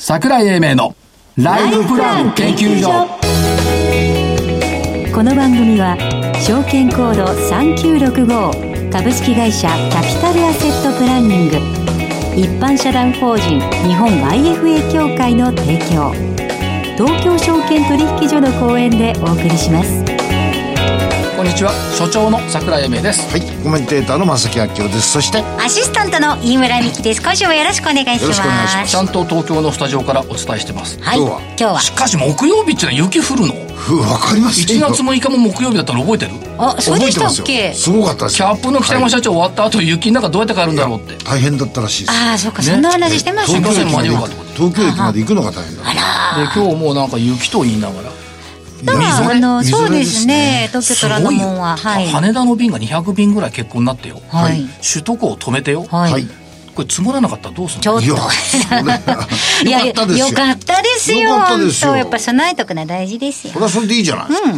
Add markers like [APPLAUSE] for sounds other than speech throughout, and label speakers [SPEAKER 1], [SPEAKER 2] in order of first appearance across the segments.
[SPEAKER 1] 桜井英明のライフプラン研究所
[SPEAKER 2] この番組は証券コード3965株式会社キャピタルアセットプランニング一般社団法人日本 IFA 協会の提供東京証券取引所の講演でお送りします
[SPEAKER 1] こんにちは所長の桜井英明です
[SPEAKER 3] はい、コメンテーターの正木明夫です。そして、
[SPEAKER 4] アシスタントの飯村美希です。今週もよろしくお願いし
[SPEAKER 3] よ
[SPEAKER 4] ま
[SPEAKER 3] ろし
[SPEAKER 4] す。
[SPEAKER 3] くお願いしま
[SPEAKER 1] ちゃんと東京のスタジオからお伝えしてます
[SPEAKER 4] はい、
[SPEAKER 3] 今日は
[SPEAKER 4] 今日は。
[SPEAKER 1] しかし木曜日ってのは雪降るの
[SPEAKER 3] ふうわかりません
[SPEAKER 1] 1
[SPEAKER 3] よ。
[SPEAKER 1] 月6日も木曜日だったの覚えてる
[SPEAKER 4] あ、そうでしたっ
[SPEAKER 3] 覚えて
[SPEAKER 4] け
[SPEAKER 3] ますよすごかったです
[SPEAKER 1] キ
[SPEAKER 3] よ。
[SPEAKER 1] ャップの北山社長終わった後雪の中どうやって帰るんだろうって
[SPEAKER 3] 大変だったらしいです。
[SPEAKER 4] ああ、そうか、そんな話してました
[SPEAKER 3] 東
[SPEAKER 4] ね。
[SPEAKER 3] 京駅まで行
[SPEAKER 1] 新幹線間に合うかってこ
[SPEAKER 3] く東京駅まで行くのが大変だ。
[SPEAKER 1] で今日もうなんか雪と言いながら
[SPEAKER 4] だか
[SPEAKER 3] いや
[SPEAKER 4] ら、あの、
[SPEAKER 3] みぞ
[SPEAKER 4] そう
[SPEAKER 3] れ
[SPEAKER 4] ですね。東
[SPEAKER 1] す
[SPEAKER 4] 京虎
[SPEAKER 1] ご
[SPEAKER 4] ノ
[SPEAKER 1] いよ
[SPEAKER 4] 門は、はい。
[SPEAKER 1] 羽田の便が200便ぐらい欠航になってよ、
[SPEAKER 4] はい
[SPEAKER 1] 首都高を止めてよ、
[SPEAKER 4] はい。
[SPEAKER 3] はい
[SPEAKER 1] これ積もらなかったらどうする
[SPEAKER 4] ちょ
[SPEAKER 1] の
[SPEAKER 4] っと。
[SPEAKER 3] いや、そ
[SPEAKER 4] [LAUGHS]
[SPEAKER 3] れ
[SPEAKER 4] いや
[SPEAKER 3] よかったですよ。
[SPEAKER 4] よかったですよ。
[SPEAKER 3] よかったですよ
[SPEAKER 4] 本当やっぱ備えとくのは大事ですよ
[SPEAKER 3] これ。はそれでいいじゃない。
[SPEAKER 1] う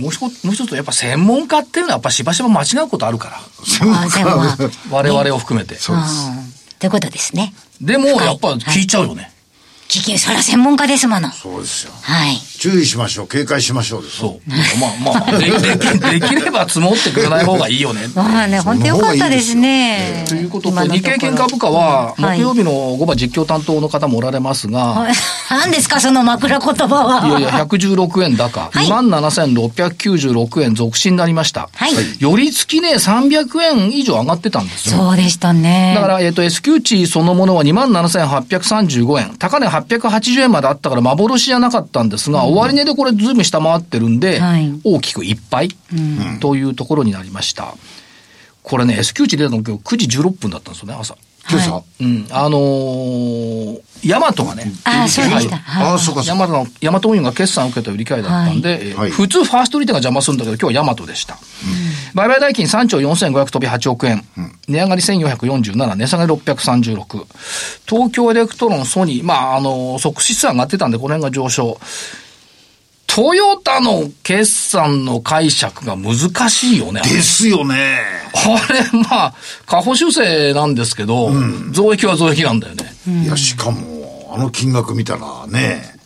[SPEAKER 1] んもう一つもう一つやっぱ専門家っていうのはやっぱしばしば間違うことあるから
[SPEAKER 3] 専門
[SPEAKER 4] あ
[SPEAKER 3] 家
[SPEAKER 4] でもまあ
[SPEAKER 3] は。
[SPEAKER 1] 我々を含めて、
[SPEAKER 3] そうです。
[SPEAKER 4] うんということですね。
[SPEAKER 1] でもやっぱ聞いちゃうよね、
[SPEAKER 4] 聞き、そら専門家ですもの。
[SPEAKER 3] そうですよ。
[SPEAKER 4] はい。
[SPEAKER 3] 注意しましょう。警戒しましょうで
[SPEAKER 4] [LAUGHS]
[SPEAKER 3] す。
[SPEAKER 1] そうまあまあででできれば積もってくれない方がいい
[SPEAKER 4] [LAUGHS]
[SPEAKER 1] よね
[SPEAKER 4] まあね、本当よかったですね。
[SPEAKER 1] ということ
[SPEAKER 4] 今
[SPEAKER 1] と
[SPEAKER 4] の
[SPEAKER 1] 日経県株価は
[SPEAKER 4] うんはい
[SPEAKER 1] 木曜日の午後実況担当の方もおられますが、
[SPEAKER 4] [LAUGHS] 何ですか、その枕言葉は。
[SPEAKER 1] いよいよ116円高、
[SPEAKER 4] はい
[SPEAKER 1] 27,696円続伸になりました。
[SPEAKER 4] はい
[SPEAKER 1] 寄り付きね、300円以上上がってたんですよ。
[SPEAKER 4] そうでしたね。
[SPEAKER 1] だから、えっ、と、S q 値そのものは27,835円。高値880円まであったから幻じゃなかったんですが、終値でこれずいぶん下回ってるんで、
[SPEAKER 4] はい
[SPEAKER 1] 大きくいっぱいというところになりました。これね、S q 値出たの今日9時16分だったんですよね、朝。
[SPEAKER 3] 今日さ
[SPEAKER 4] は。
[SPEAKER 1] うん。あのー、ヤマトがね、
[SPEAKER 4] ああ、そうでした。
[SPEAKER 3] あ
[SPEAKER 4] は
[SPEAKER 3] あ、
[SPEAKER 4] い。
[SPEAKER 3] そうか、そ
[SPEAKER 1] ヤ
[SPEAKER 3] うか。
[SPEAKER 1] マトの、ヤマト運輸が決算を受けた売り買いだったんで、えー
[SPEAKER 3] はい
[SPEAKER 1] 普通ファーストリテが邪魔するんだけど、今日はヤマトでした。売買代金3兆4500飛び8億円。値上がり1447、値下がり636。東京エレクトロン、ソニー、まあ、あの、即死数上がってたんで、この辺が上昇。トヨタの決算の解釈が難しいよね。
[SPEAKER 3] ですよね。
[SPEAKER 1] あれ、まあ、下方修正なんですけど、増益は増益なんだよね。
[SPEAKER 3] いや、しかも、あの金額見たらね。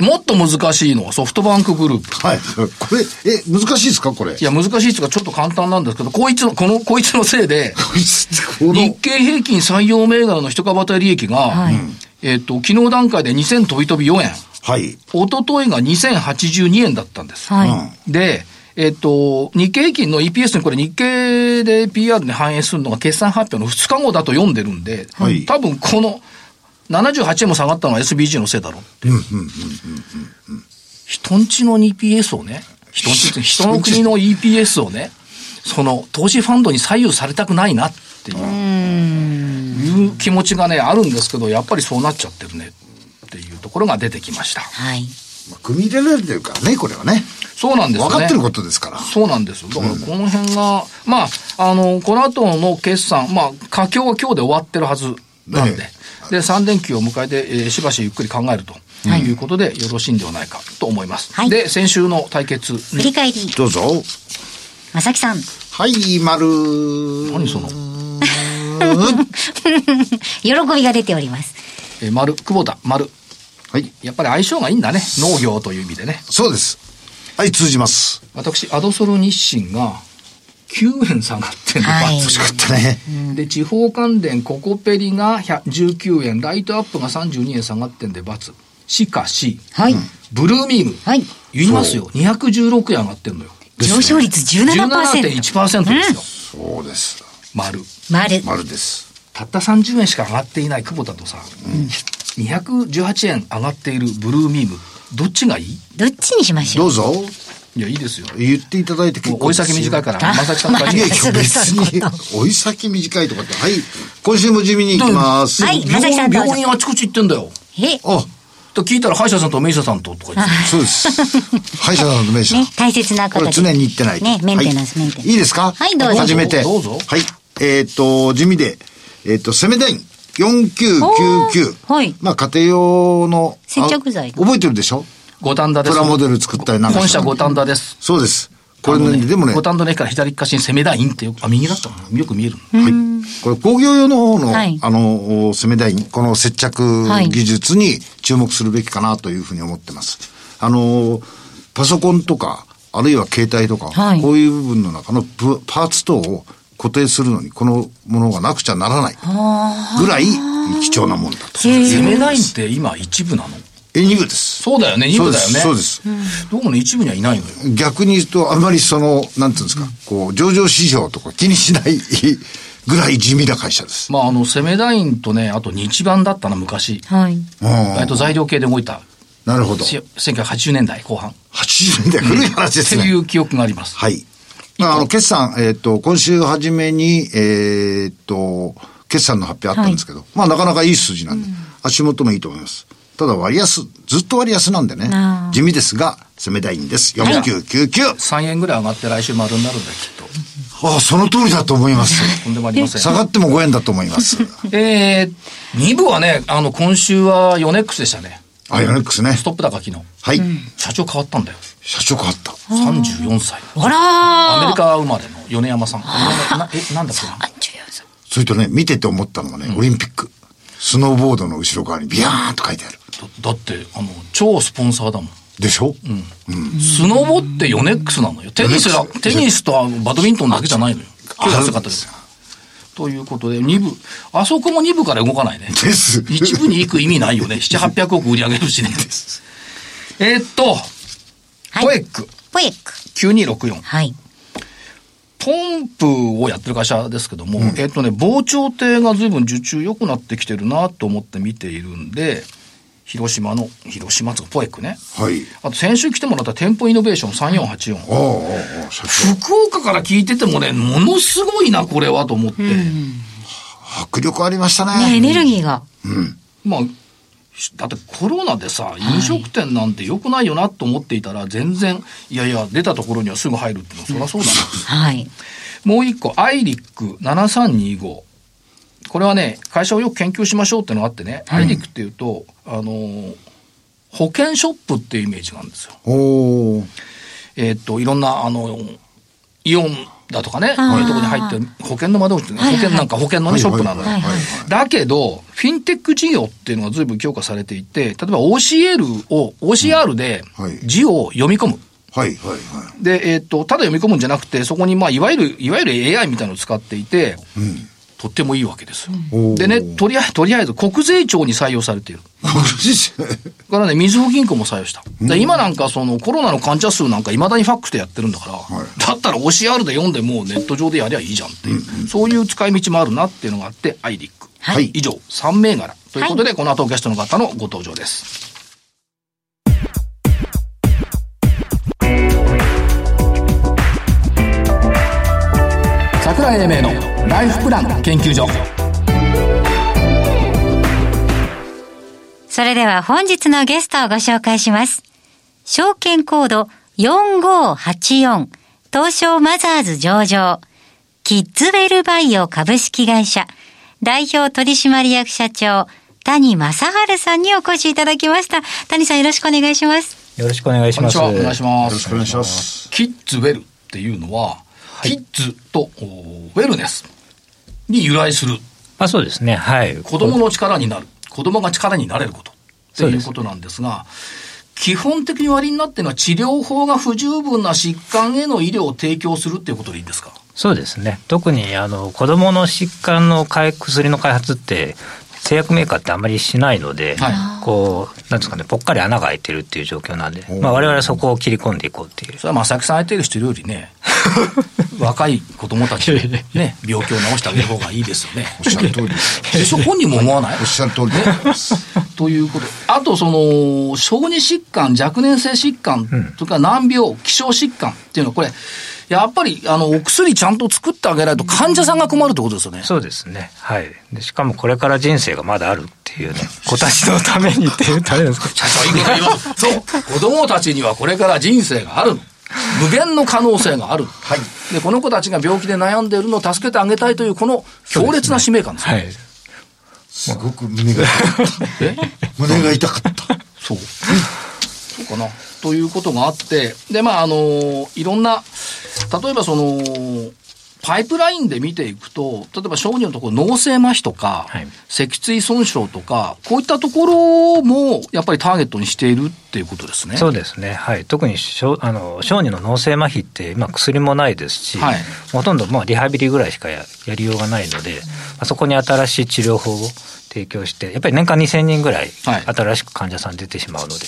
[SPEAKER 1] もっと難しいのはソフトバンクグループ。
[SPEAKER 3] はい。これ、え、難しいですかこれ。
[SPEAKER 1] いや、難しいというか、ちょっと簡単なんですけど、こいつの、この、こいつのせいで、
[SPEAKER 3] こいつって [LAUGHS] こ
[SPEAKER 1] 日
[SPEAKER 3] の、
[SPEAKER 1] 経平均採用銘柄の一株当たり利益が、
[SPEAKER 4] はい
[SPEAKER 1] えっ、と、昨日段階で2000飛び飛び4円、
[SPEAKER 3] はい。
[SPEAKER 1] 一昨日が2082円だったんです。
[SPEAKER 4] はい。
[SPEAKER 1] で、えっ、と、日経平均の EPS にこれ日経で PR に反映するのが決算発表の2日後だと読んでるんで、
[SPEAKER 3] はい
[SPEAKER 1] 多分この78円も下がったのは SBG のせいだろうって。人んちの EPS をね、人んちって、人の国の EPS をね、その投資ファンドに左右されたくないなっていういう気持ちがね、あるんですけど、やっぱりそうなっちゃってるねっていうところが出てきました。
[SPEAKER 4] はい。
[SPEAKER 3] まあ組み入れられてるからね、これはね。
[SPEAKER 1] そうなんですよ
[SPEAKER 3] 分
[SPEAKER 1] ね。
[SPEAKER 3] かってることですから。
[SPEAKER 1] そうなんですよ。だからこの辺が、まあ、あの、この後の決算、まあ、佳境は今日で終わってるはずなんで、
[SPEAKER 3] ね
[SPEAKER 1] で、3連休を迎えて、えーしばしゆっくり考えるということで、よろしいんではないかと思います。
[SPEAKER 4] はい
[SPEAKER 1] で、先週の対決、
[SPEAKER 4] 振り返り、
[SPEAKER 3] どうぞ。
[SPEAKER 4] まさきさん。 [LAUGHS]
[SPEAKER 3] はい、丸。
[SPEAKER 1] 何
[SPEAKER 3] [LAUGHS]
[SPEAKER 1] その、
[SPEAKER 4] 喜びが出ております。
[SPEAKER 1] えー丸、久保田、丸。
[SPEAKER 3] はい。
[SPEAKER 1] やっぱり相性がいいんだね。農業という意味でね。
[SPEAKER 3] そうです。はい、通じます。
[SPEAKER 1] 私、アドソル日清が9円下がってんの、
[SPEAKER 4] はい
[SPEAKER 1] バツ
[SPEAKER 3] 惜しかったね。
[SPEAKER 1] で地方関連ココペリが100 19円ライトアップが32円下がってんで×しかし
[SPEAKER 4] はい。
[SPEAKER 1] ブルーミーム、
[SPEAKER 4] はい。
[SPEAKER 1] 言いますよ216円上がってんのよ
[SPEAKER 4] 上昇率17%。
[SPEAKER 1] 17.1%ですよ、
[SPEAKER 3] そうです。
[SPEAKER 1] 丸
[SPEAKER 4] 丸。
[SPEAKER 3] 丸です。
[SPEAKER 1] たった30円しか上がっていない久保田とさ、218円上がっているブルーミームどっちがいい
[SPEAKER 4] どっちにしましょ
[SPEAKER 3] ど
[SPEAKER 4] う。
[SPEAKER 3] うぞ。
[SPEAKER 1] いやいいですよ
[SPEAKER 3] 言っていただいて結
[SPEAKER 1] もう
[SPEAKER 3] 構
[SPEAKER 1] 追い
[SPEAKER 3] です
[SPEAKER 1] 先短い
[SPEAKER 3] い
[SPEAKER 1] から正木さんの
[SPEAKER 4] あ
[SPEAKER 1] 会
[SPEAKER 3] やい
[SPEAKER 1] 社
[SPEAKER 4] す
[SPEAKER 3] や、
[SPEAKER 4] ぐそ
[SPEAKER 3] 別
[SPEAKER 4] ういう
[SPEAKER 3] に
[SPEAKER 4] こと、 [LAUGHS]
[SPEAKER 3] 追い先短いとかって。はい。今週も地味に行きます。
[SPEAKER 4] はい正木さんどうぞ
[SPEAKER 1] 病院あちこち行ってんだよ
[SPEAKER 4] え、ね、
[SPEAKER 3] あ、
[SPEAKER 1] と聞いたら歯医者さんと名医者さんととか言って
[SPEAKER 3] そうです。歯医者さんの名刺だ。
[SPEAKER 4] 大切なこ
[SPEAKER 3] ことれ
[SPEAKER 4] で。
[SPEAKER 3] 常に言ってない。
[SPEAKER 4] ね、メンテナンス、
[SPEAKER 3] はい
[SPEAKER 4] メンテナンス。
[SPEAKER 3] いいですか
[SPEAKER 4] はいどうぞ
[SPEAKER 3] 初めて。
[SPEAKER 1] どうぞ
[SPEAKER 3] はい。えっ、と、地味で、えっ、と、セメダイン4999。
[SPEAKER 4] おーはい
[SPEAKER 3] まあ、家庭用の。あ
[SPEAKER 4] 接着剤の
[SPEAKER 3] 覚えてるでしょ
[SPEAKER 1] 五反田です
[SPEAKER 3] プラモデル作ったりなんか
[SPEAKER 1] 本
[SPEAKER 3] した
[SPEAKER 1] 社五反田です
[SPEAKER 3] そうです。これね
[SPEAKER 1] あの
[SPEAKER 3] でもね
[SPEAKER 1] 五反田の駅から左側に攻めダインってよく、あ、右だったかなよく見える。
[SPEAKER 3] はい。これ工業用の方の、
[SPEAKER 4] はい
[SPEAKER 3] あの、お攻め台に、この接着技術に注目するべきかなというふうに思ってます。あの、パソコンとか、あるいは携帯とか、
[SPEAKER 4] はい
[SPEAKER 3] こういう部分の中のぶパーツ等を固定するのに、このものがなくちゃならないぐらい貴重なもんだと。
[SPEAKER 4] へ
[SPEAKER 1] 攻め
[SPEAKER 4] え
[SPEAKER 1] ダインって今一部なの
[SPEAKER 3] え、2部です。
[SPEAKER 1] そうだよね、二部だよね。
[SPEAKER 3] そうです。そうです
[SPEAKER 1] どうもね、一部にはいないのよ。
[SPEAKER 3] 逆に言うと、あんまりその、なんていうんですか、こう、上場市場とか気にしないぐらい地味な会社です。
[SPEAKER 1] まあ、あの、攻めダインとね、あと日版だったな、昔。
[SPEAKER 4] はい。
[SPEAKER 3] うん
[SPEAKER 1] えっと、材料系で動いた、
[SPEAKER 3] なるほど。
[SPEAKER 1] し1980年代後半。
[SPEAKER 3] 80年代古い話です
[SPEAKER 1] ってい
[SPEAKER 3] ね。
[SPEAKER 1] う記憶があります。
[SPEAKER 3] はい。あの、決算、えっ、と、今週初めに、えっ、と、決算の発表あったんですけど、まあなかなかいい数字なんで、足元もいいと思います。ただ割安、ずっと割安なんでね
[SPEAKER 4] あ、ー
[SPEAKER 3] 地味ですが、攻めたいんです。4999。
[SPEAKER 1] 3円ぐらい上がって来週丸になるんだよ、きっ
[SPEAKER 3] ああ、その通りだと思います。
[SPEAKER 1] と。とんでもありませ
[SPEAKER 3] 下
[SPEAKER 1] ん。
[SPEAKER 3] がっても5円だと思います。
[SPEAKER 1] [LAUGHS] えー、2部はね、あの、今週はヨネックスでしたね。
[SPEAKER 3] あ、ヨネックスね
[SPEAKER 1] ス。トップ高昨日。
[SPEAKER 3] はい。
[SPEAKER 1] 社長変わったんだよ。
[SPEAKER 3] 社長変わった。
[SPEAKER 1] 34歳。
[SPEAKER 4] あ
[SPEAKER 1] ア
[SPEAKER 4] らー
[SPEAKER 1] メリカ生まれの米山さん。ななえ、なんだっけな。
[SPEAKER 4] あちょっ
[SPEAKER 3] それとね、見てて思ったのがね、オリンピック。スノーボードの後ろ側にビヤーンと書いてある。
[SPEAKER 1] だだって、あの、超スポンサーだもん。
[SPEAKER 3] でしょ
[SPEAKER 1] スノボってヨネックスなのよ。テニスだ
[SPEAKER 3] ヨネッ、クス
[SPEAKER 1] テニスとあのバドミントンだけじゃないのよ。今日安かったです。ということで、2部。あそこも2部から動かないね。
[SPEAKER 3] です。
[SPEAKER 1] 一部に行く意味ないよね。7、800億売り上げるしね。えーっと、
[SPEAKER 4] と
[SPEAKER 1] ポ
[SPEAKER 4] は
[SPEAKER 1] エ
[SPEAKER 4] い。
[SPEAKER 1] ック
[SPEAKER 4] ポエック。
[SPEAKER 1] 9264。
[SPEAKER 4] はい。
[SPEAKER 1] ポンプをやってる会社ですけども、えーっとね、防潮堤が随分受注良くなってきてるなと思って見ているんで、広島の、広島つうかポエックね。
[SPEAKER 3] はい。
[SPEAKER 1] あと先週来てもらった店舗イノベーション3484。
[SPEAKER 3] ああ、ああ、ああ社長。
[SPEAKER 1] 福岡から聞いててもね、ものすごいな、これはと思って。
[SPEAKER 3] 迫力ありました
[SPEAKER 4] ね、エ
[SPEAKER 3] ね。
[SPEAKER 4] ネルギーが。
[SPEAKER 1] まあ、しだってコロナでさ、飲食店なんて良くないよなと思っていたら、全然、いやいや、出たところにはすぐ入るってのは、そりゃそうだな。
[SPEAKER 4] はい。
[SPEAKER 1] もう一個、アイリック7325。これはね、会社をよく研究しましょうってのがあってね、アイリックっていうと、あのー、保険ショップっていうイメージなんですよ。
[SPEAKER 3] おお。
[SPEAKER 1] えーっと、いろんな、あの、イオンだとかね、こ
[SPEAKER 4] あー
[SPEAKER 1] ういうとこに入ってる、保険の窓口って、
[SPEAKER 4] はいはい
[SPEAKER 1] 保険なんか保険のね、ショップなのよ。
[SPEAKER 4] はいはい
[SPEAKER 1] だけど、フィンテック事業っていうのが随分強化されていて、例えば OCL を、OCR で
[SPEAKER 3] うんはい
[SPEAKER 1] 字を読み込む。
[SPEAKER 3] はい、はい、は
[SPEAKER 1] で、えっ、と、ただ読み込むんじゃなくて、そこに、まあ、いわゆる、いわゆる AI みたいなのを使っていて、
[SPEAKER 3] い。うん。
[SPEAKER 1] とってもいいわけですよ。
[SPEAKER 3] おー
[SPEAKER 1] でね、とりあえず、とりあえず、国税庁に採用されている。だからね、みずほ銀行も採用した。で今なんか、その、コロナの患者数なんか、いまだにファックスでやってるんだから、
[SPEAKER 3] い
[SPEAKER 1] だったら OCR で読んでも、ネット上でやりゃいいじゃんっていう、そういう使い道もあるなっていうのがあって、アイリック。
[SPEAKER 3] はい
[SPEAKER 1] 以上、3銘柄。ということで、この後ゲストの方のご登場です。桜井英明のライフプラン研究所。
[SPEAKER 4] それでは本日のゲストをご紹介します。証券コード4584東証マザーズ上場キッズウェルバイオ株式会社代表取締役社長谷正治さんにお越しいただきました。谷さんよろしくお願いします。
[SPEAKER 5] よろしくお願いし
[SPEAKER 1] こん
[SPEAKER 5] ま
[SPEAKER 1] に
[SPEAKER 5] す。
[SPEAKER 1] ちは。お願いしま
[SPEAKER 3] よろし
[SPEAKER 1] す
[SPEAKER 3] くお。願いします。
[SPEAKER 1] キッズウェルっていうのは、キッズとおウェルネスに由来する
[SPEAKER 5] あ、そうですね。はい。
[SPEAKER 1] 子供の力になる子供が力になれることっていうことなんですが基本的に割になってるのは治療法が不十分な疾患への医療を提供するっていうことでいいですか
[SPEAKER 5] そうですね。特にあの子供の疾患の開薬の開発って製薬メーカーってあまりしないので、
[SPEAKER 1] は
[SPEAKER 5] こうなんですかね、ぽっかり穴が開いてるっていう状況なんで、まあ我々はそこを切り込んでいこうっていう。
[SPEAKER 1] それは正木さん相手にしてるより [LAUGHS] ね若い子供たちにね病気を治してあげる方がいいです [LAUGHS] よね
[SPEAKER 3] おっしゃる通りです。
[SPEAKER 1] でしょ本人も思わない
[SPEAKER 3] おっしゃる通りです。
[SPEAKER 1] ということ。あと、その、小児疾患、若年性疾患、とか難病、希少疾患っていうのは、これ、やっぱり、あの、お薬ちゃんと作ってあげないと患者さんが困るってことですよね。
[SPEAKER 5] そうですね。はい。でしかもこれから人生がまだあるっていうね、子たちのためにっていうためですか。
[SPEAKER 1] 社長、いいこと言います。そう。子供たちにはこれから人生があるの。無限の可能性がある。はい。で、この子たちが病気で悩んでいるのを助けてあげたいという、この強烈な使命感ですよ。
[SPEAKER 5] はい。
[SPEAKER 3] [LAUGHS] すごく胸が、
[SPEAKER 1] え
[SPEAKER 3] 胸が痛かった。
[SPEAKER 1] そう。かなということがあって、で、まあ、あの、いろんな、例えばその、パイプラインで見ていくと、例えば小児のところ、脳性麻痺とか、
[SPEAKER 5] はい
[SPEAKER 1] 脊椎損傷とか、こういったところも、やっぱりターゲットにしているっていうことですね。
[SPEAKER 5] そうですね、はい、特に小あの小児の脳性麻痺って、まあ、薬もないですし、
[SPEAKER 1] はい
[SPEAKER 5] ほとんどまあリハビリぐらいしかややりようがないので、まあ、そこに新しい治療法を提供して、やっぱり年間2000人ぐらい
[SPEAKER 1] はい
[SPEAKER 5] 新しく患者さん出てしまうので、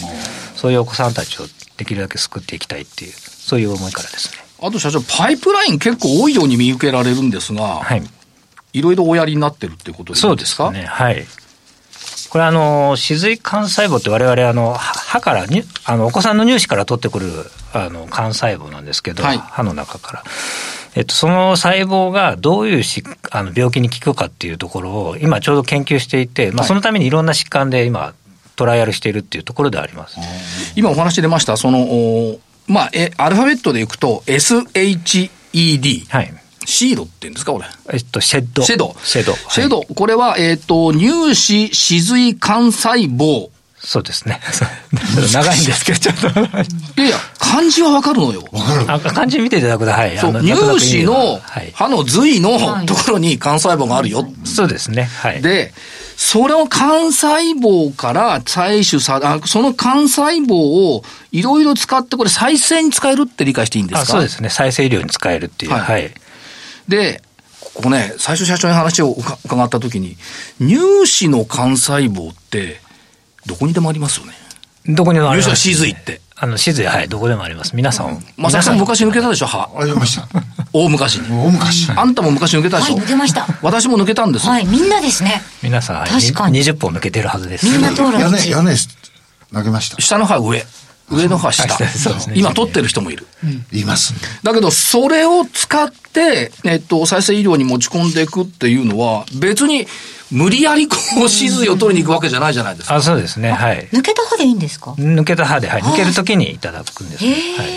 [SPEAKER 5] そういうお子さんたちをできるだけ救っていきたいっていう、そういう思いからですね。
[SPEAKER 1] あと社長、パイプライン結構多いように見受けられるんですが、
[SPEAKER 5] はい
[SPEAKER 1] いろいろおやりになってるってことでいい
[SPEAKER 5] そうで
[SPEAKER 1] ですすか
[SPEAKER 5] かね。はい。これあの、歯髄幹細胞って我々あの、歯歯からに、あの、お子さんの乳歯から取ってくる、あの、幹細胞なんですけど、
[SPEAKER 1] はい
[SPEAKER 5] 歯の中から。えっと、その細胞がどういうしあの病気に効くかっていうところを今ちょうど研究していて、ま
[SPEAKER 1] は
[SPEAKER 5] あ、
[SPEAKER 1] い
[SPEAKER 5] そのためにいろんな疾患で今トライアルしているっていうところではあります。
[SPEAKER 1] 今お話出ました、その、おまあ、え、アルファベットでいくと、SHED。
[SPEAKER 5] はい。
[SPEAKER 1] シードって言うんですか、これ。
[SPEAKER 5] えっと、シェッド。
[SPEAKER 1] シェド。
[SPEAKER 5] シェド。はい
[SPEAKER 1] シェド。これは、えっ、と、乳歯、歯髄幹細胞。
[SPEAKER 5] そうですね。 [LAUGHS] 長いんですけど、ちょっと。
[SPEAKER 1] [LAUGHS] いやいや、漢字はわかるのよ。
[SPEAKER 5] あ漢字見ていただくと、はい。
[SPEAKER 1] そう
[SPEAKER 5] あの
[SPEAKER 1] 乳
[SPEAKER 5] なんとなく意
[SPEAKER 1] 歯
[SPEAKER 5] 味が
[SPEAKER 1] の
[SPEAKER 5] はい
[SPEAKER 1] 歯の髄の
[SPEAKER 4] はい
[SPEAKER 1] ところに幹細胞があるよ。
[SPEAKER 5] そうですね。はい。
[SPEAKER 1] で、それを幹細胞から採取さ、あその幹細胞をいろいろ使って、これ再生に使えるって理解していいんですか
[SPEAKER 5] あそうですね。再生医療に使えるっていう。
[SPEAKER 1] はい
[SPEAKER 5] はい。
[SPEAKER 1] で、ここね、最初社長に話を伺伺った時に、乳歯の幹細胞って、どこにでもありますよね。
[SPEAKER 5] どこにでもあり
[SPEAKER 1] 乳
[SPEAKER 5] ます、
[SPEAKER 1] 歯の歯髄って。
[SPEAKER 5] あの、シズはい、どこでもあります。皆さん。
[SPEAKER 1] まさきさん
[SPEAKER 5] 皆
[SPEAKER 1] 昔抜けたでしょ、歯。
[SPEAKER 3] ありました。
[SPEAKER 1] 大昔
[SPEAKER 5] [LAUGHS]
[SPEAKER 1] に。
[SPEAKER 3] 大昔。
[SPEAKER 1] あんたも昔抜けたで
[SPEAKER 4] は
[SPEAKER 1] し
[SPEAKER 4] い、
[SPEAKER 1] ょ。
[SPEAKER 4] 抜けました。
[SPEAKER 1] 私も抜けたんですよ。
[SPEAKER 4] はい、みんなですね。
[SPEAKER 5] 皆さん、はい
[SPEAKER 4] 確かに
[SPEAKER 5] 20本抜けてるはずです。
[SPEAKER 4] みんな通る
[SPEAKER 3] 屋
[SPEAKER 4] 道。
[SPEAKER 3] 根、屋根投げました。
[SPEAKER 1] 下の歯上。上の歯下
[SPEAKER 5] はいそうです。ね
[SPEAKER 1] 今取ってる人もいる。
[SPEAKER 3] います。
[SPEAKER 1] だけど、それを使って、えっと、再生医療に持ち込んでいくっていうのは、別に無理やりこう、歯髄を取りに行くわけじゃないじゃないですか。
[SPEAKER 5] あ、そうですね。はい。
[SPEAKER 4] 抜けた歯でいいんですか
[SPEAKER 5] 抜けた歯で、はい。
[SPEAKER 4] はい
[SPEAKER 5] 抜けるときにいただくんです、
[SPEAKER 4] へ
[SPEAKER 5] ね。
[SPEAKER 4] え、
[SPEAKER 5] はい。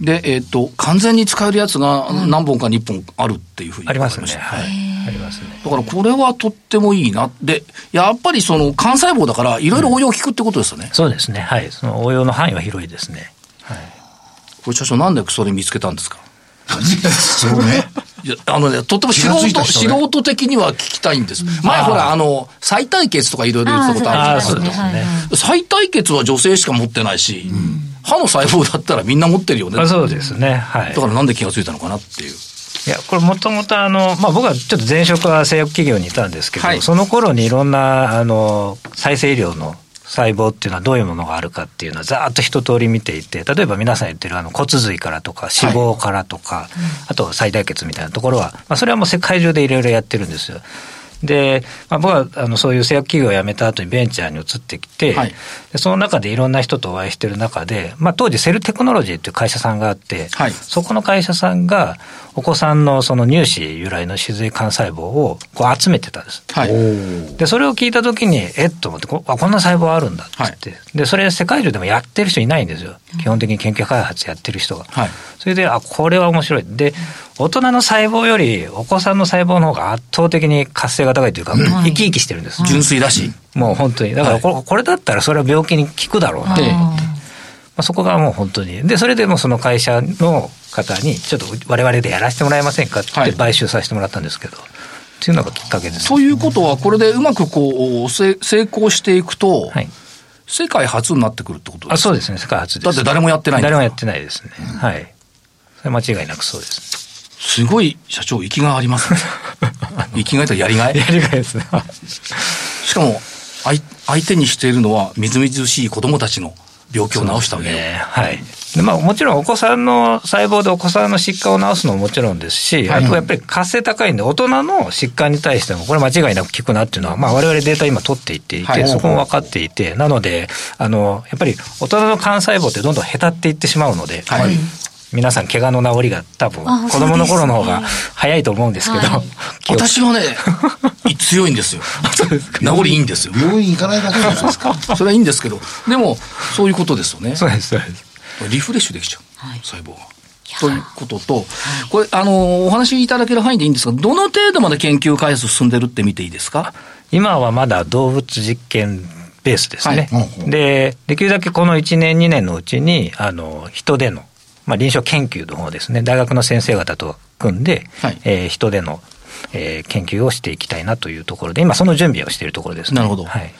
[SPEAKER 1] で、えっと、完全に使えるやつが何本かに1本あるっていうふうに
[SPEAKER 5] あります
[SPEAKER 1] 伺い
[SPEAKER 5] ね。
[SPEAKER 1] した
[SPEAKER 5] はい。ありますね。
[SPEAKER 1] だからこれはとってもいいな。で、やっぱりその幹細胞だからいろいろ応用聞くってことですよね。
[SPEAKER 5] そうですね。はい。その応用の範囲は広いですね。はい。
[SPEAKER 1] これ社長なんでそれ見つけたんですか
[SPEAKER 3] そうね。
[SPEAKER 1] いや、あのね、とっても素
[SPEAKER 3] 気がつい
[SPEAKER 1] 人、
[SPEAKER 3] た人ね
[SPEAKER 1] 素人的には聞きたいんです。前ほら、あの、再体血とかいろいろ言ってたことあ
[SPEAKER 5] あ
[SPEAKER 1] る
[SPEAKER 5] あ、
[SPEAKER 1] じゃ
[SPEAKER 5] そ
[SPEAKER 1] な
[SPEAKER 5] う
[SPEAKER 1] い
[SPEAKER 5] で
[SPEAKER 1] ですす
[SPEAKER 5] ね。
[SPEAKER 1] か。
[SPEAKER 4] はいはいは
[SPEAKER 1] 再体血は女性しか持ってないし、歯の細胞だったらみんな持ってるよね。
[SPEAKER 5] あ
[SPEAKER 1] だ
[SPEAKER 5] そうですね。はい。
[SPEAKER 1] からなんで気がついたのかなっていう。
[SPEAKER 5] いやこれもともとあの、まあ、僕はちょっと前職は製薬企業にいたんですけど、
[SPEAKER 1] はい
[SPEAKER 5] その頃にいろんなあの再生医療の細胞っていうのはどういうものがあるかっていうのはざーっと一通り見ていて例えば皆さん言ってるあの骨髄からとか脂肪からとか、あと再大血みたいなところは、まあ、それはもう世界中でいろいろやってるんですよ。で、まあ、僕はあのそういう製薬企業を辞めた後にベンチャーに移ってきて、
[SPEAKER 1] はい
[SPEAKER 5] でその中でいろんな人とお会いしてる中で、まあ、当時セルテクノロジーっていう会社さんがあって、
[SPEAKER 1] はい
[SPEAKER 5] そこの会社さんがお子さんのその乳歯由来の歯髄幹細胞をこう集めてたんです。
[SPEAKER 1] はい。
[SPEAKER 5] でそれを聞いた時にえっと思ってこあこんな細胞あるんだって言って、でそれ世界中でもやってる人いないんですよ基本的に研究開発やってる人が、
[SPEAKER 1] はい
[SPEAKER 5] それであこれは面白いで大人の細胞よりお子さんの細胞の方が圧倒的に活性が高いというか、生き生きしてるんです、
[SPEAKER 1] 純粋だし。
[SPEAKER 5] もう本当にだからこれ,、これだったらそれは病気に効くだろうって、
[SPEAKER 4] あ
[SPEAKER 5] まあ、そこがもう本当に。で、それでもうその会社の方に、ちょっと我々でやらせてもらえませんかって
[SPEAKER 1] はい
[SPEAKER 5] 買収させてもらったんですけど、っていうのがきっかけです。
[SPEAKER 1] ということは、これでうまくこう、せ成功していくと、
[SPEAKER 5] はい。
[SPEAKER 1] 世界初になってくるってことで
[SPEAKER 5] あ、
[SPEAKER 1] すか
[SPEAKER 5] そうですね、世界初です。
[SPEAKER 1] だって誰もやってないんだ
[SPEAKER 5] 誰もやってないですね。はい。それ間違いなくそうです。
[SPEAKER 1] すごい社長、生きがいありますね。
[SPEAKER 5] [LAUGHS]
[SPEAKER 1] 生きがい [LAUGHS] とやりがい
[SPEAKER 5] や。りがいですね。
[SPEAKER 1] しかも、あい相手にしているのは、みずみずしい子供たちの病気を治したわけよう。
[SPEAKER 5] ねはい。でまあ、もちろんお子さんの細胞でお子さんの疾患を治すのももちろんですし、
[SPEAKER 1] はい
[SPEAKER 5] あとやっぱり活性高いんで、大人の疾患に対しても、これ間違いなく効くなっていうのは、まあ、我々データ今取っていっていて、
[SPEAKER 1] はい
[SPEAKER 5] そこも分かっていて、なので、あの、やっぱり大人の幹細胞ってどんどんへたっていってしまうので、
[SPEAKER 1] はい
[SPEAKER 5] 皆さん怪我の治りが多分
[SPEAKER 4] あ
[SPEAKER 5] 子供の頃の方
[SPEAKER 4] そう
[SPEAKER 5] が
[SPEAKER 4] です
[SPEAKER 5] 早いと思うんですけど、
[SPEAKER 4] はい
[SPEAKER 5] 記
[SPEAKER 1] [LAUGHS]
[SPEAKER 5] 憶
[SPEAKER 1] 私はね、い強いん
[SPEAKER 5] [LAUGHS]
[SPEAKER 1] ですよ。治りいいんですよ。
[SPEAKER 3] 病院行かないだけじゃないですか。
[SPEAKER 1] それはいいんですけど、でも、そういうことですよね。
[SPEAKER 5] そうです、そうです。
[SPEAKER 1] リフレッシュできちゃう、
[SPEAKER 4] はい
[SPEAKER 1] 細胞が。ということと、これ、あの、お話しいただける範囲でいいんですが、どの程度まで研究開発進んでるって見ていいですか
[SPEAKER 5] 今はまだ動物実験ベースですね。
[SPEAKER 3] はいうんうん
[SPEAKER 5] でできるだけこの1年2年のうちにあの人での、まあ、臨床研究の方ですね大学の先生方と組んで、
[SPEAKER 1] はい
[SPEAKER 5] えー人での、えー研究をしていきたいなというところで今その準備をしているところですね。
[SPEAKER 1] なるほど
[SPEAKER 5] はい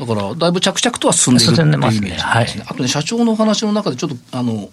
[SPEAKER 1] だから、だいぶ着々とは進んでいるってい
[SPEAKER 5] 進
[SPEAKER 1] うんイメ
[SPEAKER 5] で
[SPEAKER 1] ー
[SPEAKER 5] ます
[SPEAKER 1] ジ
[SPEAKER 5] ね
[SPEAKER 1] ですね。あとね、社長のお話の中でちょっと、あの、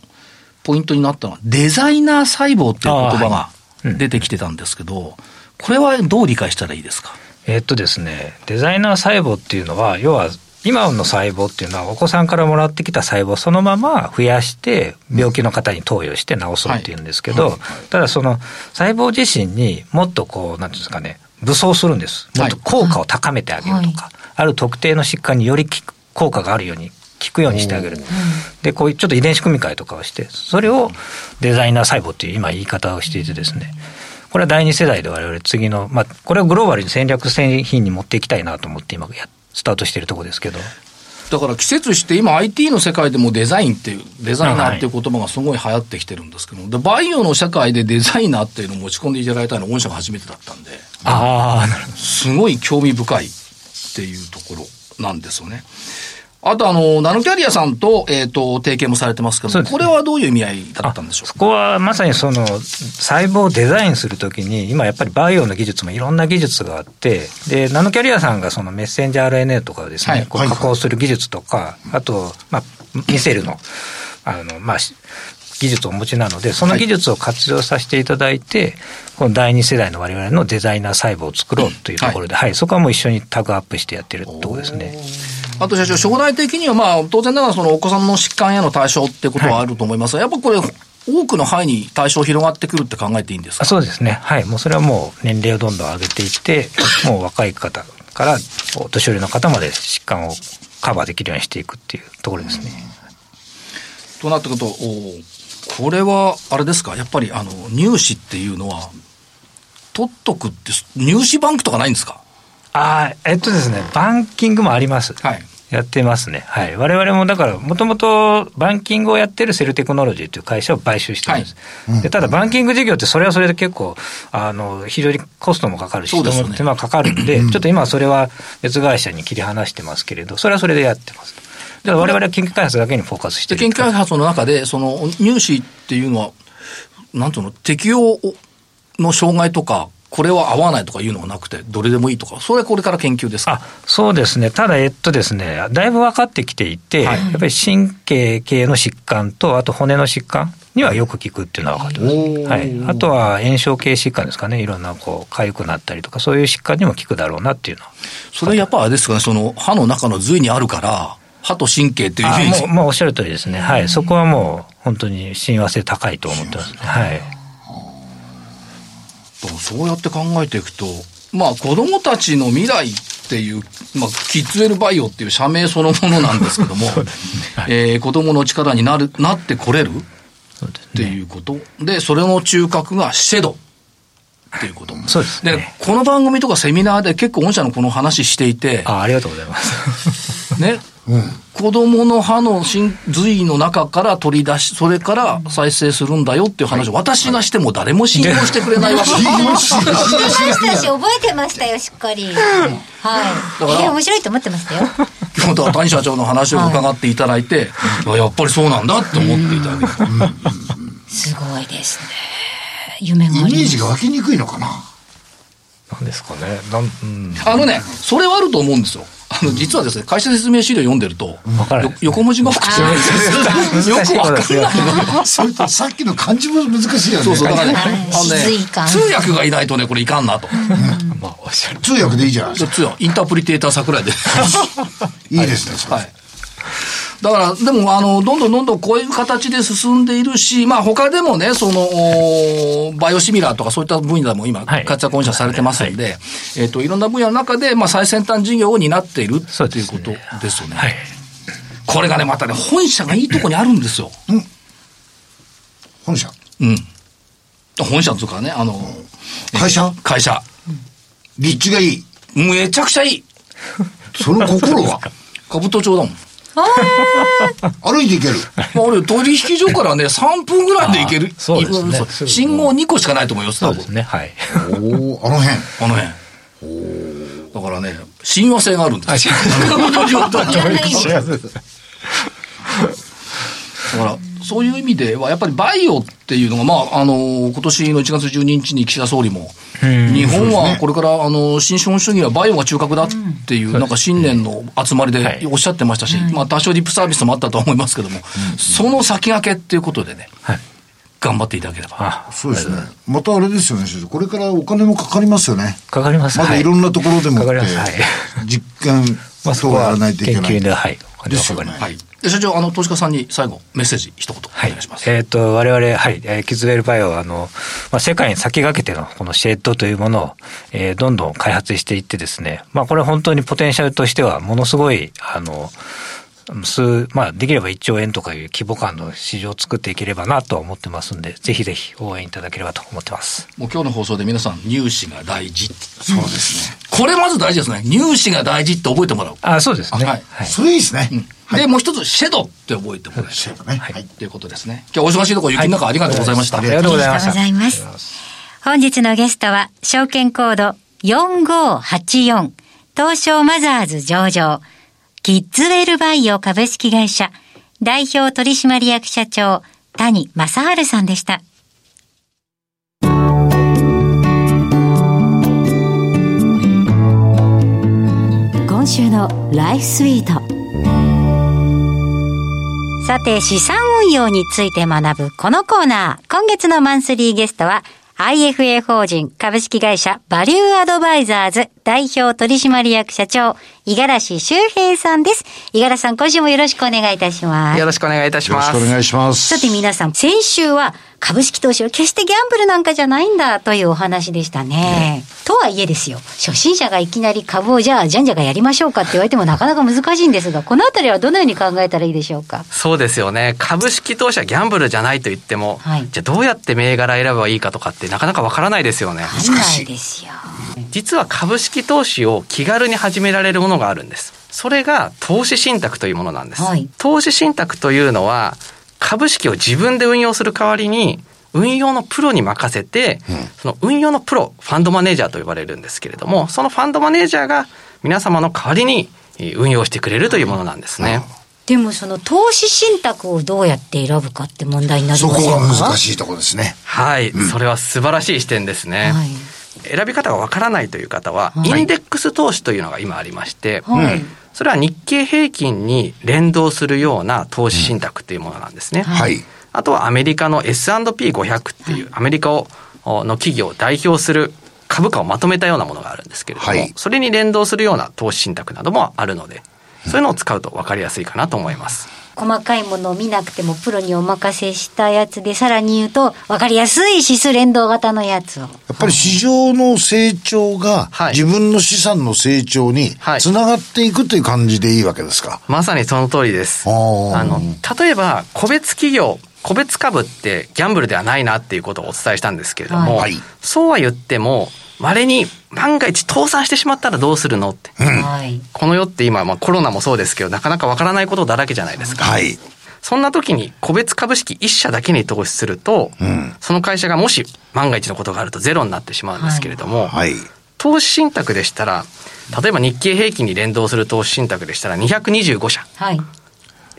[SPEAKER 1] ポイントになったのは、デザイナー細胞っていう言葉が
[SPEAKER 5] あーはいうん
[SPEAKER 1] 出てきてたんですけど、これはどう理解したらいいですか
[SPEAKER 5] えーっとですねデザイナー細胞っていうのは要は今の細胞っていうのはお子さんからもらってきた細胞そのまま増やして病気の方に投与して治そうっていうんですけど、ただその細胞自身にもっとこうなんていうんですかね武装するんですもっと効果を高めてあげるとか、ある特定の疾患により効く効果があるように効くようにしてあげるでこういうちょっと遺伝子組み換えとかをしてそれをデザイナー細胞っていう今言い方をしていてですねこれは第二世代で我々次の、まあ、これをグローバルに戦略製品に持っていきたいなと思って今やスタートしているところですけど
[SPEAKER 1] だから季節して今 IT の世界でもデザインっていうデザイナーっていう言葉がすごい流行ってきてるんですけど、でバイオの社会でデザイナーっていうのを持ち込んでいただいたのは御社が初めてだったんで
[SPEAKER 5] ああなるほど
[SPEAKER 1] すごい興味深いっていうところなんですよね。あとあのナノキャリアさんと,、えー、と提携もされてますけど
[SPEAKER 5] そ
[SPEAKER 1] も、
[SPEAKER 5] うです
[SPEAKER 1] こ
[SPEAKER 5] ね
[SPEAKER 1] れはどういう意味合いだったんでしょう
[SPEAKER 5] そこはまさにその細胞をデザインするときに今やっぱりバイオの技術もいろんな技術があってでナノキャリアさんがそのメッセンジャー RNA とかをですね、
[SPEAKER 1] はい
[SPEAKER 5] こう加工する技術とか、あと、まあ、ミセルのあの、まあ、し技術をお持ちなのでその技術を活用させていただいて、この第二世代の我々のデザイナー細胞を作ろうというところで、はいそこはもう一緒にタグアップしてやってるところですね。
[SPEAKER 1] あと社長、将来的には、まあ、当然ながらそのお子さんの疾患への対象ってことはあると思いますが、やっぱこれ、多くの範囲に対象広がってくるって考えていいんです
[SPEAKER 5] あ
[SPEAKER 1] か
[SPEAKER 5] そうですね。はい。もうそれはもう年齢をどんどん上げてい
[SPEAKER 1] [LAUGHS]
[SPEAKER 5] って、もう若い方からお年寄りの方まで疾患をカバーできるようにしていくっていうところですね。
[SPEAKER 1] となってくると、おこれは、あれですか、やっぱり、あの、入試っていうのは、取っとくって、入試バンクとかないんですか
[SPEAKER 5] ああ、えっとですね、バンキングもあります。
[SPEAKER 1] はい。
[SPEAKER 5] やってますね。はい。我々もだから、もともとバンキングをやってるセルテクノロジーという会社を買収してるんです。でただ、バンキング事業ってそれはそれで結構、あの、非常にコストもかかるし、
[SPEAKER 1] そうですよ
[SPEAKER 5] 人
[SPEAKER 1] ね
[SPEAKER 5] も手間かかるんで、ちょっと今はそれは別会社に切り離してますけれど、それはそれでやってます。だから我々は研究開発だけにフォーカスして
[SPEAKER 1] で、
[SPEAKER 5] る
[SPEAKER 1] 研究開発の中で、その、入試っていうのは、なんていうの、適用の障害とか、これは合わないとかいうのがなくて、どれでもいいとか、それはこれから研究ですか
[SPEAKER 5] あそうですね、ただ、えっとですね、だいぶ分かってきていて、
[SPEAKER 1] はい
[SPEAKER 5] やっぱり神経系の疾患と、あと骨の疾患にはよく効くっていうのは分かってます、はい、あとは炎症系疾患ですかね、いろんなこう痒くなったりとか、そういう疾患にも効くだろうなっていうのは。
[SPEAKER 1] それやっぱあれですかね、その歯の中の髄にあるから、歯と神経っていうイ
[SPEAKER 5] あ
[SPEAKER 1] メー
[SPEAKER 5] も
[SPEAKER 1] ジ
[SPEAKER 5] う。もうおっしゃる通りですね、はい、そこはもう本当に親和性高いと思ってますね。はい
[SPEAKER 1] でもそうやって考えていくと、まあ子供たちの未来っていう、まあキッズウェルバイオっていう社名そのものなんですけど
[SPEAKER 5] [LAUGHS]
[SPEAKER 1] も、えー子供の力になる、なってこれるっ
[SPEAKER 5] そうです
[SPEAKER 1] ていうこと。で、それの中核がシェドっていうこと。
[SPEAKER 5] そうです
[SPEAKER 1] で
[SPEAKER 5] ね、
[SPEAKER 1] この番組とかセミナーで結構御社のこの話していて、
[SPEAKER 5] あありがとうございます。
[SPEAKER 1] ね、子供の歯の神髄の中から取り出し、それから再生するんだよっていう話を私がしても誰も [LAUGHS] 信用してくれないわけ。
[SPEAKER 4] 知ってましたし、覚えてましたよ、しっかり。はい。いや、面白いと思ってましたよ。
[SPEAKER 1] 今日は谷社長の話を伺っていただいて、あやっぱりそうなんだって思っていただけた。
[SPEAKER 4] すごいですね。夢が
[SPEAKER 3] イ
[SPEAKER 4] あ
[SPEAKER 3] メ
[SPEAKER 4] り
[SPEAKER 3] ー
[SPEAKER 4] ます
[SPEAKER 3] ジが湧きにくいのかな
[SPEAKER 5] [LAUGHS] なんですかね、なんうん、
[SPEAKER 1] あのね、それはあると思うんですよ。あの、実はですね、会社説明資料読んでると、
[SPEAKER 5] わからない
[SPEAKER 1] よ横文字が多くて
[SPEAKER 4] あ
[SPEAKER 5] ー
[SPEAKER 1] よくわかん
[SPEAKER 5] 難しいこと
[SPEAKER 1] な
[SPEAKER 5] で
[SPEAKER 1] い。
[SPEAKER 3] それとさっきの漢字も難しいよね
[SPEAKER 1] そうそう、だからね、
[SPEAKER 4] はい
[SPEAKER 1] あの
[SPEAKER 4] 髄
[SPEAKER 1] ね、
[SPEAKER 4] 感
[SPEAKER 1] 通訳がいないとね、これいかんなと。
[SPEAKER 5] まあおっしゃる。
[SPEAKER 3] 通訳でいいじゃないで
[SPEAKER 1] じ
[SPEAKER 3] す
[SPEAKER 1] ゃ
[SPEAKER 3] か
[SPEAKER 1] あ通訳インタープリテーター桜井で。
[SPEAKER 3] いいですね、それ
[SPEAKER 1] はい。だから、でも、あの、どんどんどんどんこういう形で進んでいるし、まあ、他でもね、その、おーバイオシミラーとかそういった分野でも今、
[SPEAKER 5] はい
[SPEAKER 1] 活躍御社されてますんで、えっ、と、いろんな分野の中で、まあ、最先端事業を担っているって
[SPEAKER 5] そう
[SPEAKER 1] い
[SPEAKER 5] で
[SPEAKER 1] う
[SPEAKER 5] す
[SPEAKER 1] こ
[SPEAKER 5] ね
[SPEAKER 1] とですよね。
[SPEAKER 5] はい。
[SPEAKER 1] これがね、またね、本社がいいとこにあるんですよ。
[SPEAKER 3] 本社
[SPEAKER 1] うん。本社っていうかね、あの、
[SPEAKER 3] 会社
[SPEAKER 1] 会社。
[SPEAKER 3] 立地がいい
[SPEAKER 1] めちゃくちゃいい。
[SPEAKER 3] その心は
[SPEAKER 1] 兜町だもん。
[SPEAKER 3] 歩いていける
[SPEAKER 1] まあ、俺、取引所からね、3分ぐらいで行ける。
[SPEAKER 5] [LAUGHS] あそうですね
[SPEAKER 1] そう信号2個しかないと思います、
[SPEAKER 5] そ
[SPEAKER 1] 多
[SPEAKER 5] う
[SPEAKER 1] 分
[SPEAKER 5] ですね、はい。
[SPEAKER 3] おおあの辺
[SPEAKER 1] あの辺。だかからね、親和性があるんです
[SPEAKER 5] あ
[SPEAKER 1] よ。
[SPEAKER 5] 違う
[SPEAKER 1] [LAUGHS] だから、そういう意味では、やっぱりバイオっていうのが、まあ、あの、今年の1月12日に岸田総理も、日本はこれから、あの、新資本主義はバイオが中核だっていう、なんか新年の集まり
[SPEAKER 5] はい
[SPEAKER 1] でおっしゃってましたし、まあ、多少リップサービスもあったとは思いますけども、その先駆けっていうことでね、
[SPEAKER 5] はい
[SPEAKER 1] 頑張っていただければ。
[SPEAKER 5] あ
[SPEAKER 3] そうですね。またあれですよね、先生。これからお金もかかりますよね。
[SPEAKER 5] かかります
[SPEAKER 3] まだいろんなところでも
[SPEAKER 5] かかり
[SPEAKER 3] っ
[SPEAKER 5] ま
[SPEAKER 3] て
[SPEAKER 5] すはい、
[SPEAKER 3] 実験
[SPEAKER 5] [LAUGHS] まあ、そ
[SPEAKER 3] と
[SPEAKER 5] こ
[SPEAKER 3] かや
[SPEAKER 5] は
[SPEAKER 3] らないといけ
[SPEAKER 5] 研
[SPEAKER 3] ない。
[SPEAKER 5] 究ではいお金は
[SPEAKER 3] ですよね
[SPEAKER 5] かかります
[SPEAKER 1] はい。で社長、あの、投資家さんに最後、メッセージ一言
[SPEAKER 5] は
[SPEAKER 1] お
[SPEAKER 5] い
[SPEAKER 1] 願いします。
[SPEAKER 5] えっ、と、我々、はい、えーキッズウェルバイオは、あの、まあ、世界に先駆けての、このシェットというものを、えーどんどん開発していってですね、まあ、これ本当にポテンシャルとしては、ものすごい、あの、数、まあ、できれば1兆円とかいう規模感の市場を作っていければなとは思ってますんで、ぜひぜひ応援いただければと思ってます。
[SPEAKER 1] もう今日の放送で皆さん、入試が大事そうですね。これまず大事ですね。入試が大事って覚えてもらう。
[SPEAKER 5] あ、そうですね。
[SPEAKER 1] はい
[SPEAKER 3] それいいですね。
[SPEAKER 1] で、もう一つ、シェドって覚えてもらえる。
[SPEAKER 3] そうだね。はい。
[SPEAKER 1] ということですね。今日お忙しいところ、雪の中ありがとうございました。
[SPEAKER 5] ありがとうございました。
[SPEAKER 4] ありがとうございます本日のゲストは、証券コード4584、東証マザーズ上場、キッズウェルバイオ株式会社、代表取締役社長、谷正治さんでした。
[SPEAKER 2] 今週のライフスイート
[SPEAKER 4] さて、資産運用について学ぶこのコーナー。今月のマンスリーゲストは、IFA 法人株式会社バリューアドバイザーズ代表取締役社長、五十嵐修平さんです。五十嵐さん、今週もよろしくお願いいたします
[SPEAKER 6] よ。ろしくお願いいたし
[SPEAKER 3] よろし
[SPEAKER 6] ます。
[SPEAKER 3] くお願いします。
[SPEAKER 4] さて皆さん、先週は株式投資は決してギャンブルなんかじゃないんだというお話でしたね。とはいえですよ、初心者がいきなり株をじゃあ、じゃんじゃかやりましょうかって言われてもなかなか難しいんですが、このあたりはどのように考えたらいいでしょうか。
[SPEAKER 6] そうですよね。株式投資はギャンブルじゃないと言っても、
[SPEAKER 4] はい
[SPEAKER 6] じゃあどうやって銘柄選べばいいかとかってなかなかわからないですよね。
[SPEAKER 4] わかんないですよ。
[SPEAKER 6] 実は株式投資を気軽に始められるものがあるんです。それが投資信託というものなんです。
[SPEAKER 4] はい
[SPEAKER 6] 投資信託というのは株式を自分で運用する代わりに運用のプロに任せて、その運用のプロ、ファンドマネージャーと呼ばれるんですけれども、そのファンドマネージャーが皆様の代わりにえー運用してくれるというものなんですね。
[SPEAKER 4] でもその投資信託をどうやって選ぶかって問題になり
[SPEAKER 3] そ
[SPEAKER 4] ま
[SPEAKER 3] こ
[SPEAKER 4] すよ
[SPEAKER 3] が難
[SPEAKER 4] い。
[SPEAKER 3] しいところですね。
[SPEAKER 6] はい、それは素晴らしい視点ですね。
[SPEAKER 4] はい
[SPEAKER 6] 選び方がわからないという方は、
[SPEAKER 4] はい
[SPEAKER 6] インデックス投資というのが今ありまして、
[SPEAKER 4] はい
[SPEAKER 6] うんそれは日経平均に連動するような投資信託というものなんですね。
[SPEAKER 3] はい。
[SPEAKER 6] あとはアメリカの S&P500 っていうアメリカをの企業を代表する株価をまとめたようなものがあるんですけれども、
[SPEAKER 3] はい
[SPEAKER 6] それに連動するような投資信託などもあるので、そういうのを使うと分かりやすいかなと思います。
[SPEAKER 4] 細かいものを見なくてもプロにお任せしたやつで、さらに言うと、わかりやすい指数連動型のやつを。
[SPEAKER 3] やっぱり市場の成長が
[SPEAKER 6] はい
[SPEAKER 3] 自分の資産の成長に
[SPEAKER 6] はい
[SPEAKER 3] つながっていくという感じでいいわけですか。
[SPEAKER 6] まさにその通りです。
[SPEAKER 3] あー
[SPEAKER 6] あの、例えば、個別企業、個別株ってギャンブルではないなっていうことをお伝えしたんですけれども、
[SPEAKER 3] はい
[SPEAKER 6] そうは言っても、稀に万が一倒産してしまったらどうするのって。
[SPEAKER 4] はい。
[SPEAKER 6] この世って今、まあ、コロナもそうですけど、なかなかわからないことだらけじゃないですか。
[SPEAKER 3] はい。
[SPEAKER 6] そんな時に個別株式1社だけに投資すると、
[SPEAKER 3] ん
[SPEAKER 6] その会社がもし万が一のことがあるとゼロになってしまうんですけれども、
[SPEAKER 3] はい。
[SPEAKER 6] 投資信託でしたら、例えば日経平均に連動する投資信託でしたら225社。
[SPEAKER 4] はい。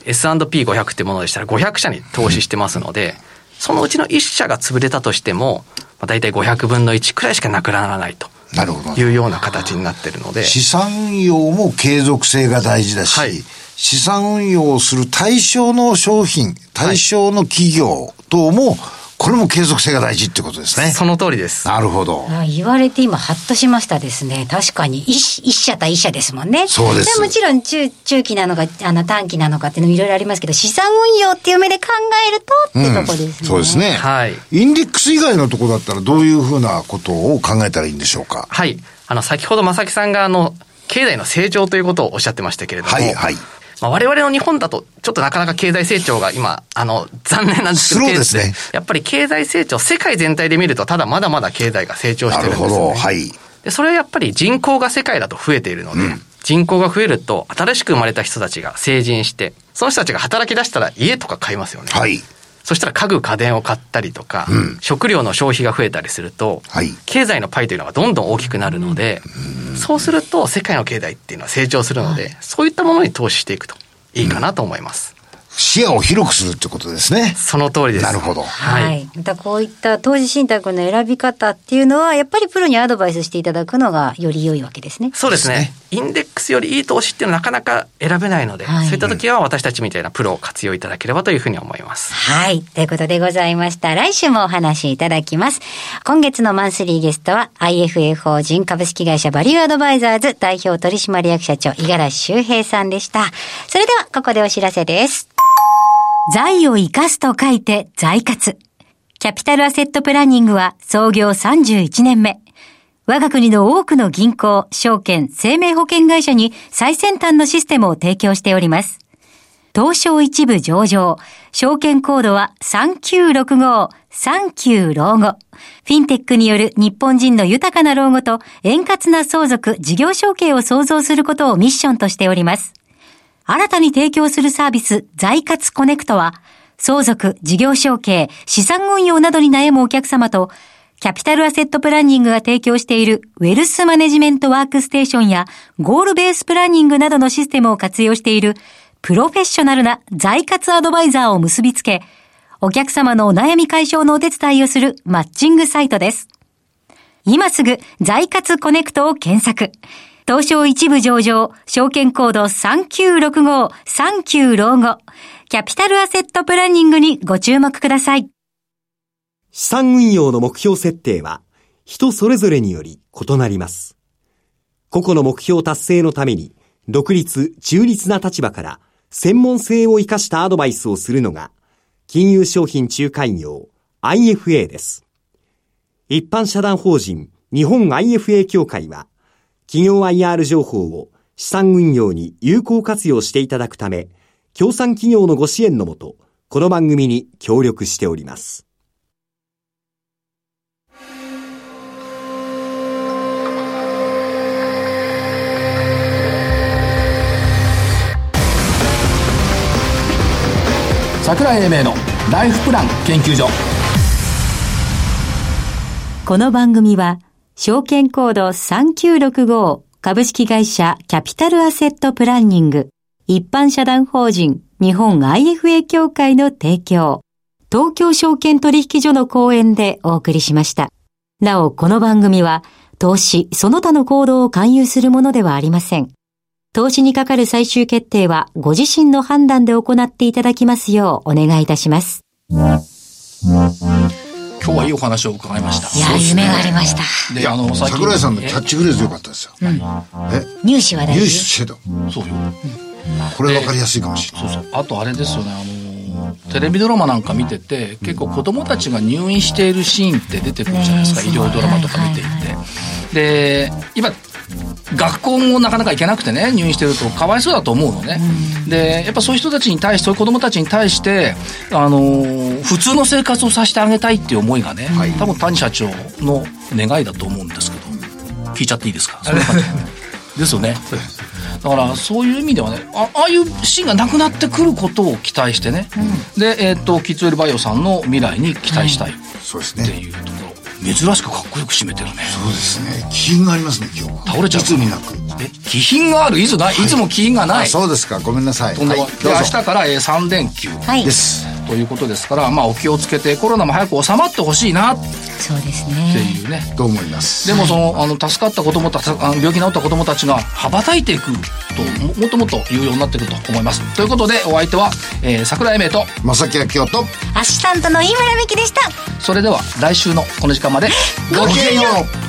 [SPEAKER 6] S&P500 ってものでしたら500社に投資してますので、そのうちの1社が潰れたとしても、まあ、大体500分の1くらいしかなくならないと
[SPEAKER 3] なるほど
[SPEAKER 6] い。うような形になってるので、
[SPEAKER 3] 資産運用も継続性が大事だし、
[SPEAKER 6] はい
[SPEAKER 3] 資産運用をする対象の商品、対象の企業等も、これも継続性が大事ってことですね。
[SPEAKER 6] その通りです。
[SPEAKER 3] なるほど。
[SPEAKER 4] あ言われて今ハッとしましたですね。確かに一一社対一社ですもんね。
[SPEAKER 3] そうです
[SPEAKER 4] もちろん中中期なのかあの短期なのかっていうのもいろいろありますけど、資産運用っていう目で考えるとってとこですね。
[SPEAKER 3] そうです。ね。
[SPEAKER 6] はい
[SPEAKER 3] インデックス以外のとこだったらどういうふうなことを考えたらいいんでしょうか。
[SPEAKER 6] はい。あの、先ほど正木さんが、あの、経済の成長ということをおっしゃってましたけれども、
[SPEAKER 3] はい、はい。
[SPEAKER 6] まあ、我々の日本だと、ちょっとなかなか経済成長が今、あの、残念なんですけど、
[SPEAKER 3] スローですね
[SPEAKER 6] やっぱり経済成長、世界全体で見ると、ただまだまだ経済が成長し
[SPEAKER 3] な
[SPEAKER 6] てるん
[SPEAKER 3] る
[SPEAKER 6] です
[SPEAKER 3] ほ
[SPEAKER 6] よ、ね。
[SPEAKER 3] ど。はい。
[SPEAKER 6] でそれはやっぱり人口が世界だと増えているので、人口が増えると新しく生まれた人たちが成人してその人たちが働き出したら家とか買いますよね、
[SPEAKER 3] はい。
[SPEAKER 6] そしたら家具家電を買ったりとか、食料の消費が増えたりすると、
[SPEAKER 3] はい
[SPEAKER 6] 経済のパイというのがどんどん大きくなるので、そうすると世界の経済っていうのは成長するので、そういったものに投資していくといいかなと思います。
[SPEAKER 3] 視野を広くするってことですね。
[SPEAKER 6] その通りです。
[SPEAKER 3] なるほど。
[SPEAKER 6] はい
[SPEAKER 4] はい。またこういった投資信託の選び方っていうのは、やっぱりプロにアドバイスしていただくのがより良いわけですね。
[SPEAKER 6] そうですね。インデックスよりいい投資っていうのはなかなか選べないので、
[SPEAKER 4] はい
[SPEAKER 6] そういった時は私たちみたいなプロを活用いただければというふうに思います。
[SPEAKER 4] はい。ということでございました。来週もお話しいただきます。今月のマンスリーゲストは IFA 法人株式会社バリューアドバイザーズ代表取締役社長、五十嵐修平さんでした。それではここでお知らせです。財を生かすと書いて財活。キャピタルアセットプランニングは創業31年目。我が国の多くの銀行、証券、生命保険会社に最先端のシステムを提供しております。東証一部上場。証券コードは3965、39老後。フィンテックによる日本人の豊かな老後と円滑な相続、事業承継を創造することをミッションとしております。新たに提供するサービス、財活コネクトは、相続、事業承継、資産運用などに悩むお客様と、キャピタルアセットプランニングが提供しているウェルスマネジメントワークステーションやゴールベースプランニングなどのシステムを活用しているプロフェッショナルな財活アドバイザーを結びつけ、お客様のお悩み解消のお手伝いをするマッチングサイトです。今すぐ財活コネクトを検索。東証一部上場、証券コード3965、39老後、キャピタルアセットプランニングにご注目ください。
[SPEAKER 7] 資産運用の目標設定は人それぞれにより異なります。個々の目標達成のために独立、中立な立場から専門性を生かしたアドバイスをするのが金融商品仲介業 IFA です。一般社団法人日本 IFA 協会は企業 IR 情報を資産運用に有効活用していただくため、協賛企業のご支援のもと、この番組に協力しております。
[SPEAKER 1] 桜井英明のライフプラン研究所
[SPEAKER 2] この番組は、証券コード3965株式会社キャピタルアセットプランニング、一般社団法人日本 IFA 協会の提供、東京証券取引所の講演でお送りしました。なお、この番組は、投資、その他の行動を勧誘するものではありません。投資にかかる最終決定は、ご自身の判断で行っていただきますようお願いいたします。
[SPEAKER 1] 今日はいいお話を伺いました
[SPEAKER 4] いや、夢がありました。
[SPEAKER 1] であの最近
[SPEAKER 3] 桜井さんのキャッチフレーズ良かったですよ。え
[SPEAKER 4] 入試は大
[SPEAKER 3] 融資
[SPEAKER 4] 事。
[SPEAKER 3] 制度。
[SPEAKER 1] えそうよ
[SPEAKER 3] これ分かりやすいかもしれない。
[SPEAKER 1] そうそうあとあれですよねあのテレビドラマなんか見てて結構子供たちが入院しているシーンって出てくるじゃないですか、
[SPEAKER 4] ねえ
[SPEAKER 1] 医療ドラマとか見ていて、
[SPEAKER 4] はいはい
[SPEAKER 1] で今学校もなかなか行けなくてね入院してるとかわいそうだと思うのね、でやっぱそういう人たちに対してそういう子供たちに対して、あのー普通の生活をさせてあげたいっていう思いがね、多分谷社長の願いだと思うんですけど聞いちゃっていいですか [LAUGHS] そんな感じですよねだからそういう意味ではねあああいうシーンがなくなってくることを期待してね、で、えーっとキッズウェルバイオさんの未来に期待したいっ
[SPEAKER 3] そうです
[SPEAKER 1] て
[SPEAKER 3] ね。
[SPEAKER 1] いうところ珍しくかっこよく締めてるね
[SPEAKER 3] そうですね。気品がありますね、今日は。
[SPEAKER 1] 倒れちゃう
[SPEAKER 3] いつになく。
[SPEAKER 1] え気品があるいつない、いつも気品がな
[SPEAKER 3] あ、
[SPEAKER 1] い
[SPEAKER 3] そうですか。ごめんなさい。
[SPEAKER 1] とんでもないで
[SPEAKER 3] どう
[SPEAKER 1] 明
[SPEAKER 3] ぞ
[SPEAKER 1] 日から、えー、3連休
[SPEAKER 4] はい
[SPEAKER 3] で。す。
[SPEAKER 1] ということですから、まあ、お気をつけてコロナも早く収まってほしいなって
[SPEAKER 4] そうですね。
[SPEAKER 1] いうね、
[SPEAKER 3] と思います。
[SPEAKER 1] でもそのあの助かった子供たちあの病気治った子供たちが羽ばたいていくとももっともっと言うようになってくると思いますということでお相手は、えー、桜井英明と
[SPEAKER 3] 正木明夫と、
[SPEAKER 4] アシスタントの井村美希でした。
[SPEAKER 1] それでは来週のこの時間まで
[SPEAKER 3] ごきげんよう